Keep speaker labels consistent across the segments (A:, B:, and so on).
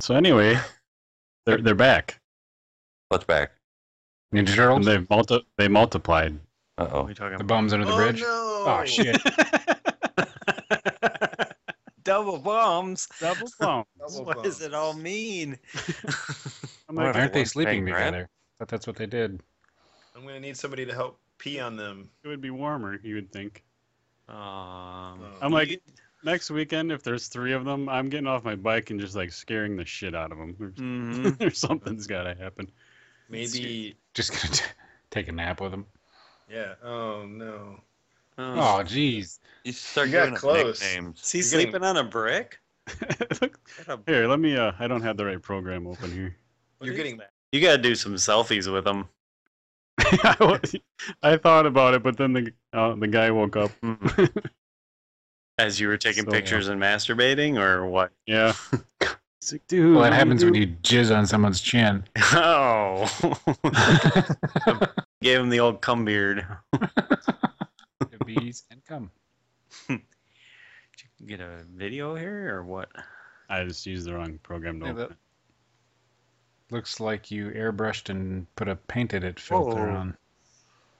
A: So anyway, they're they're back.
B: What's back?
C: Ninja
A: And
C: Turtles?
A: they've multi- they multiplied.
B: Uh
D: What are
B: oh.
D: you talking
C: The
D: about?
C: bombs under the bridge?
D: No.
C: Oh, shit.
B: Double bombs.
A: Double bump.
B: What does it all mean?
A: I'm
B: Why
A: like,
C: Aren't they
B: One
C: sleeping
B: thing, Grant.
C: together? Thought that's what they did.
D: I'm gonna need somebody to help pee on them.
A: it would be warmer. You would think.
B: Um,
A: I'm like- Next weekend, if there's three of them, I'm getting off my bike and just like scaring the shit out of them. There's,
B: hmm
A: there's something's gotta happen.
D: maybe.
C: Just gonna t- take a nap with them.
D: Yeah. Oh no.
B: Hmm.
C: Oh, jeez.
B: you start
D: You got
B: giving up
D: close.
B: nicknames. He's
D: You're getting-
B: sleeping on a brick. What a-
A: here, let me. Uh, I don't have the right program open here.
B: What
D: You're
B: is
D: getting
B: that? You got to do some selfies with him.
A: I, was- I thought about it, but then the uh, the guy woke up.
B: As you were taking
A: So, yeah.
B: pictures and masturbating, or what?
A: Yeah. He's like, dude.
C: Well, that
A: what
C: happens
A: do
C: when
A: you
C: you jizz on someone's chin.
B: Oh,
C: The
B: gave him the old cum beard.
C: bees and come.
B: Did you get a video here, or what?
A: do?" I just used the wrong program to
C: Yeah,
A: open.
C: that- Looks like you airbrushed and put a painted it filter
B: Whoa.
C: on.
A: it.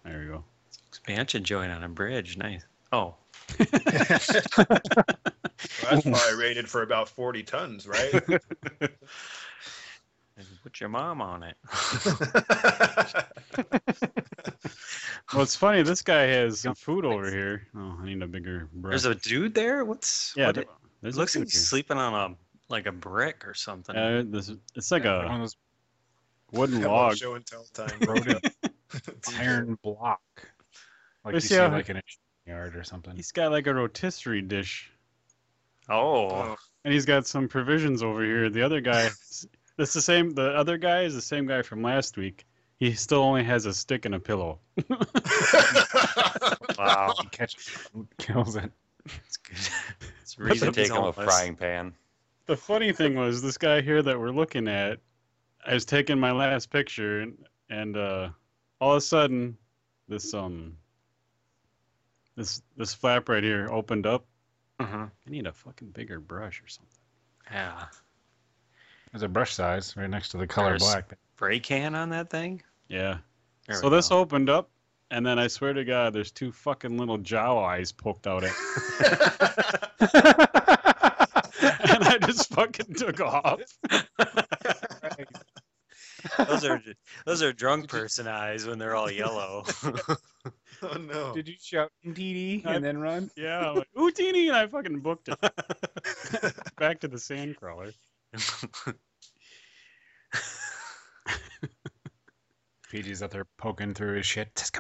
A: There you go.
B: Expansion joint on a bridge. Nice. Oh,
D: Well, that's probably rated for about 40 tons, right?
B: put your mom on it.
A: Well, it's funny. This guy has some food over here. Oh, I need a bigger.
B: There's
A: Brush.
B: a dude there. What's?
A: yeah.
B: what
A: there-
B: it,
A: there's a
B: looks like
A: dude
B: he's sleeping on a like a brick or something.
A: here. Yeah, this is- it's like
C: One
A: a
C: of those
A: wooden
D: Come on,
A: log.
D: Show and tell time. bro.
C: road iron block. Like you
A: Let's
C: see,
A: see how-
C: like in a yard or something.
A: He's got like a rotisserie dish,
B: oh,
A: and he's got some provisions over here. The other guy, that's the same. The other guy is the same guy from last week. He still only has a stick and a pillow.
D: Oh.
B: wow.
C: He catches, it, kills it.
B: It's good. It's
A: But
B: reason
A: the-
B: to
A: take
B: take him a frying.
E: pan.
A: the funny thing was this guy here that we're looking at i was taking my last picture and, and uh all of a sudden this um this this flap right here opened up
B: Uh-huh.
A: i need a fucking bigger brush or something
B: Yeah.
C: There's a brush size right next to the color
B: There's-
C: black.
B: Spray can on that thing.
A: yeah
B: There
A: so
B: we
A: this
B: go.
A: opened up and then i swear to god there's two fucking little jaw eyes poked out at and i just fucking took off
B: those are those are drunk person eyes when they're all yellow.
D: oh no.
C: Did you shout DD
A: and
C: and then run?
A: yeah I'm like, ooh teeny and i fucking booked it back to the sandcrawler
C: PG's out there poking through his shit.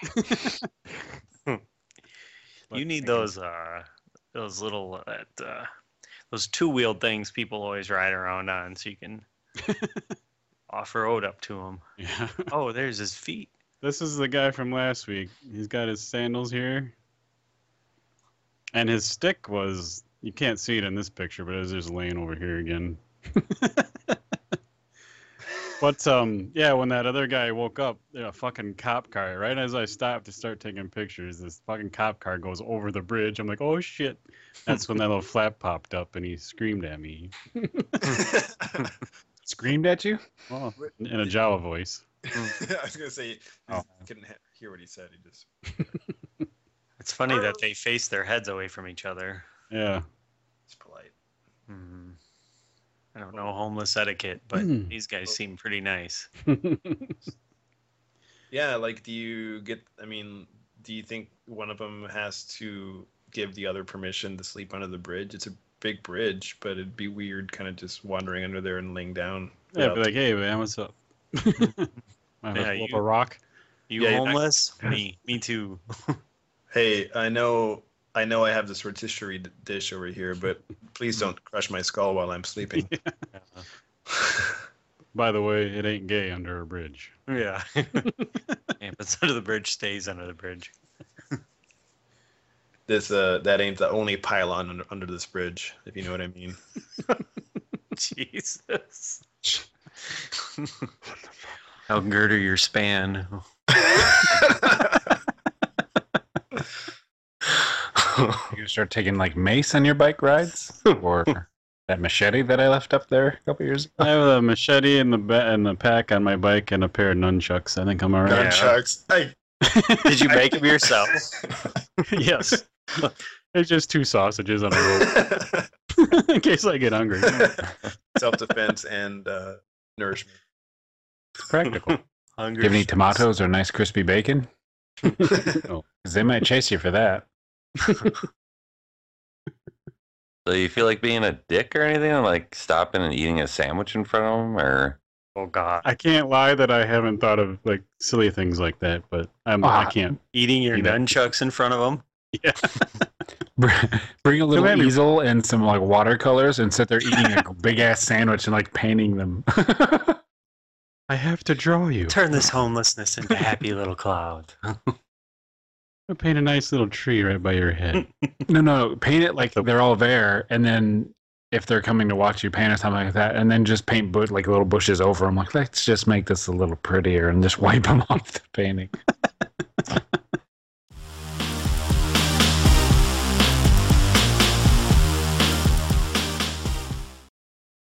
B: you
C: But
B: need
C: I can-
B: those uh those little uh, that, uh those two wheeled things people always ride around on, so you can off road up to them.
A: yeah
B: Oh, there's his feet.
A: This is the guy from last week. He's got his sandals here. And his stick was you can't see it in this picture, but it was just laying over here again. but um yeah, when that other guy woke up, a fucking cop car, right as I stopped to start taking pictures, this fucking cop car goes over the bridge. I'm like, oh shit. That's when that little flap popped up and he screamed at me.
C: Screamed at you?
B: Oh.
A: Well, in a Jawa voice.
D: I was gonna say, I
C: Oh.
D: couldn't he- hear what he said. He just.
B: It's funny that they face their heads away from each other.
A: Yeah.
D: It's polite.
B: Hmm. I don't know homeless etiquette, but
A: Hmm.
B: these guys seem pretty nice.
D: Yeah, like, do you get? I mean, do you think one of them has to give the other permission to sleep under the bridge? It's a big bridge, but it'd be weird, kind of just wandering under there and laying down.
A: Yeah, be
D: without-
A: like, hey man, what's up? I
B: Yeah,
A: pull up
B: you-
A: a rock.
B: You
D: Yeah, you're not-
B: homeless? me, me too.
D: hey, I know, I know, I have this rotisserie d- dish over here, but please don't crush my skull while I'm sleeping.
A: By the way, it ain't gay under a bridge.
B: Yeah. yeah, but under the bridge stays under the bridge.
D: this, uh, that ain't the only pylon under, under this bridge, if you know what I mean.
B: Jesus. How girder your span.
C: You gonna start taking like mace on your bike rides? Or that machete that I left up there a couple years ago.
A: I have a machete in the ba- in the pack on my bike and a pair of nunchucks. I think I'm all right.
D: Nunchucks. I,
B: Did you make them yourself?
A: yes. It's just two sausages on a roll in case I get hungry.
D: Self defense and uh, nourishment.
A: It's practical.
B: Hungry.
C: Do you have any
B: shoes.
C: tomatoes or nice crispy bacon?
A: No.
C: 'Cause they might chase you for that.
E: So you feel like being a dick or anything, like stopping and eating a sandwich in front of them, or
B: Oh God!
A: I can't lie that I haven't thought of like silly things like that, but I'm, I
C: Ah.
A: can't.
B: Eating your
A: You know.
B: nunchucks in front of them.
C: Br- Bring a little
A: maybe-
C: easel and some like watercolors and sit there eating a big ass sandwich and like painting them.
A: I have to draw you.
B: Turn this homelessness into happy little cloud.
A: I'm gonna paint a nice little tree right by your head.
C: no, no, no, paint it like
A: So-
C: they're all there, and then if they're coming to watch you paint or something like that, and then just paint bu- like little bushes over them. Like let's just make this a little prettier and just wipe them off the painting.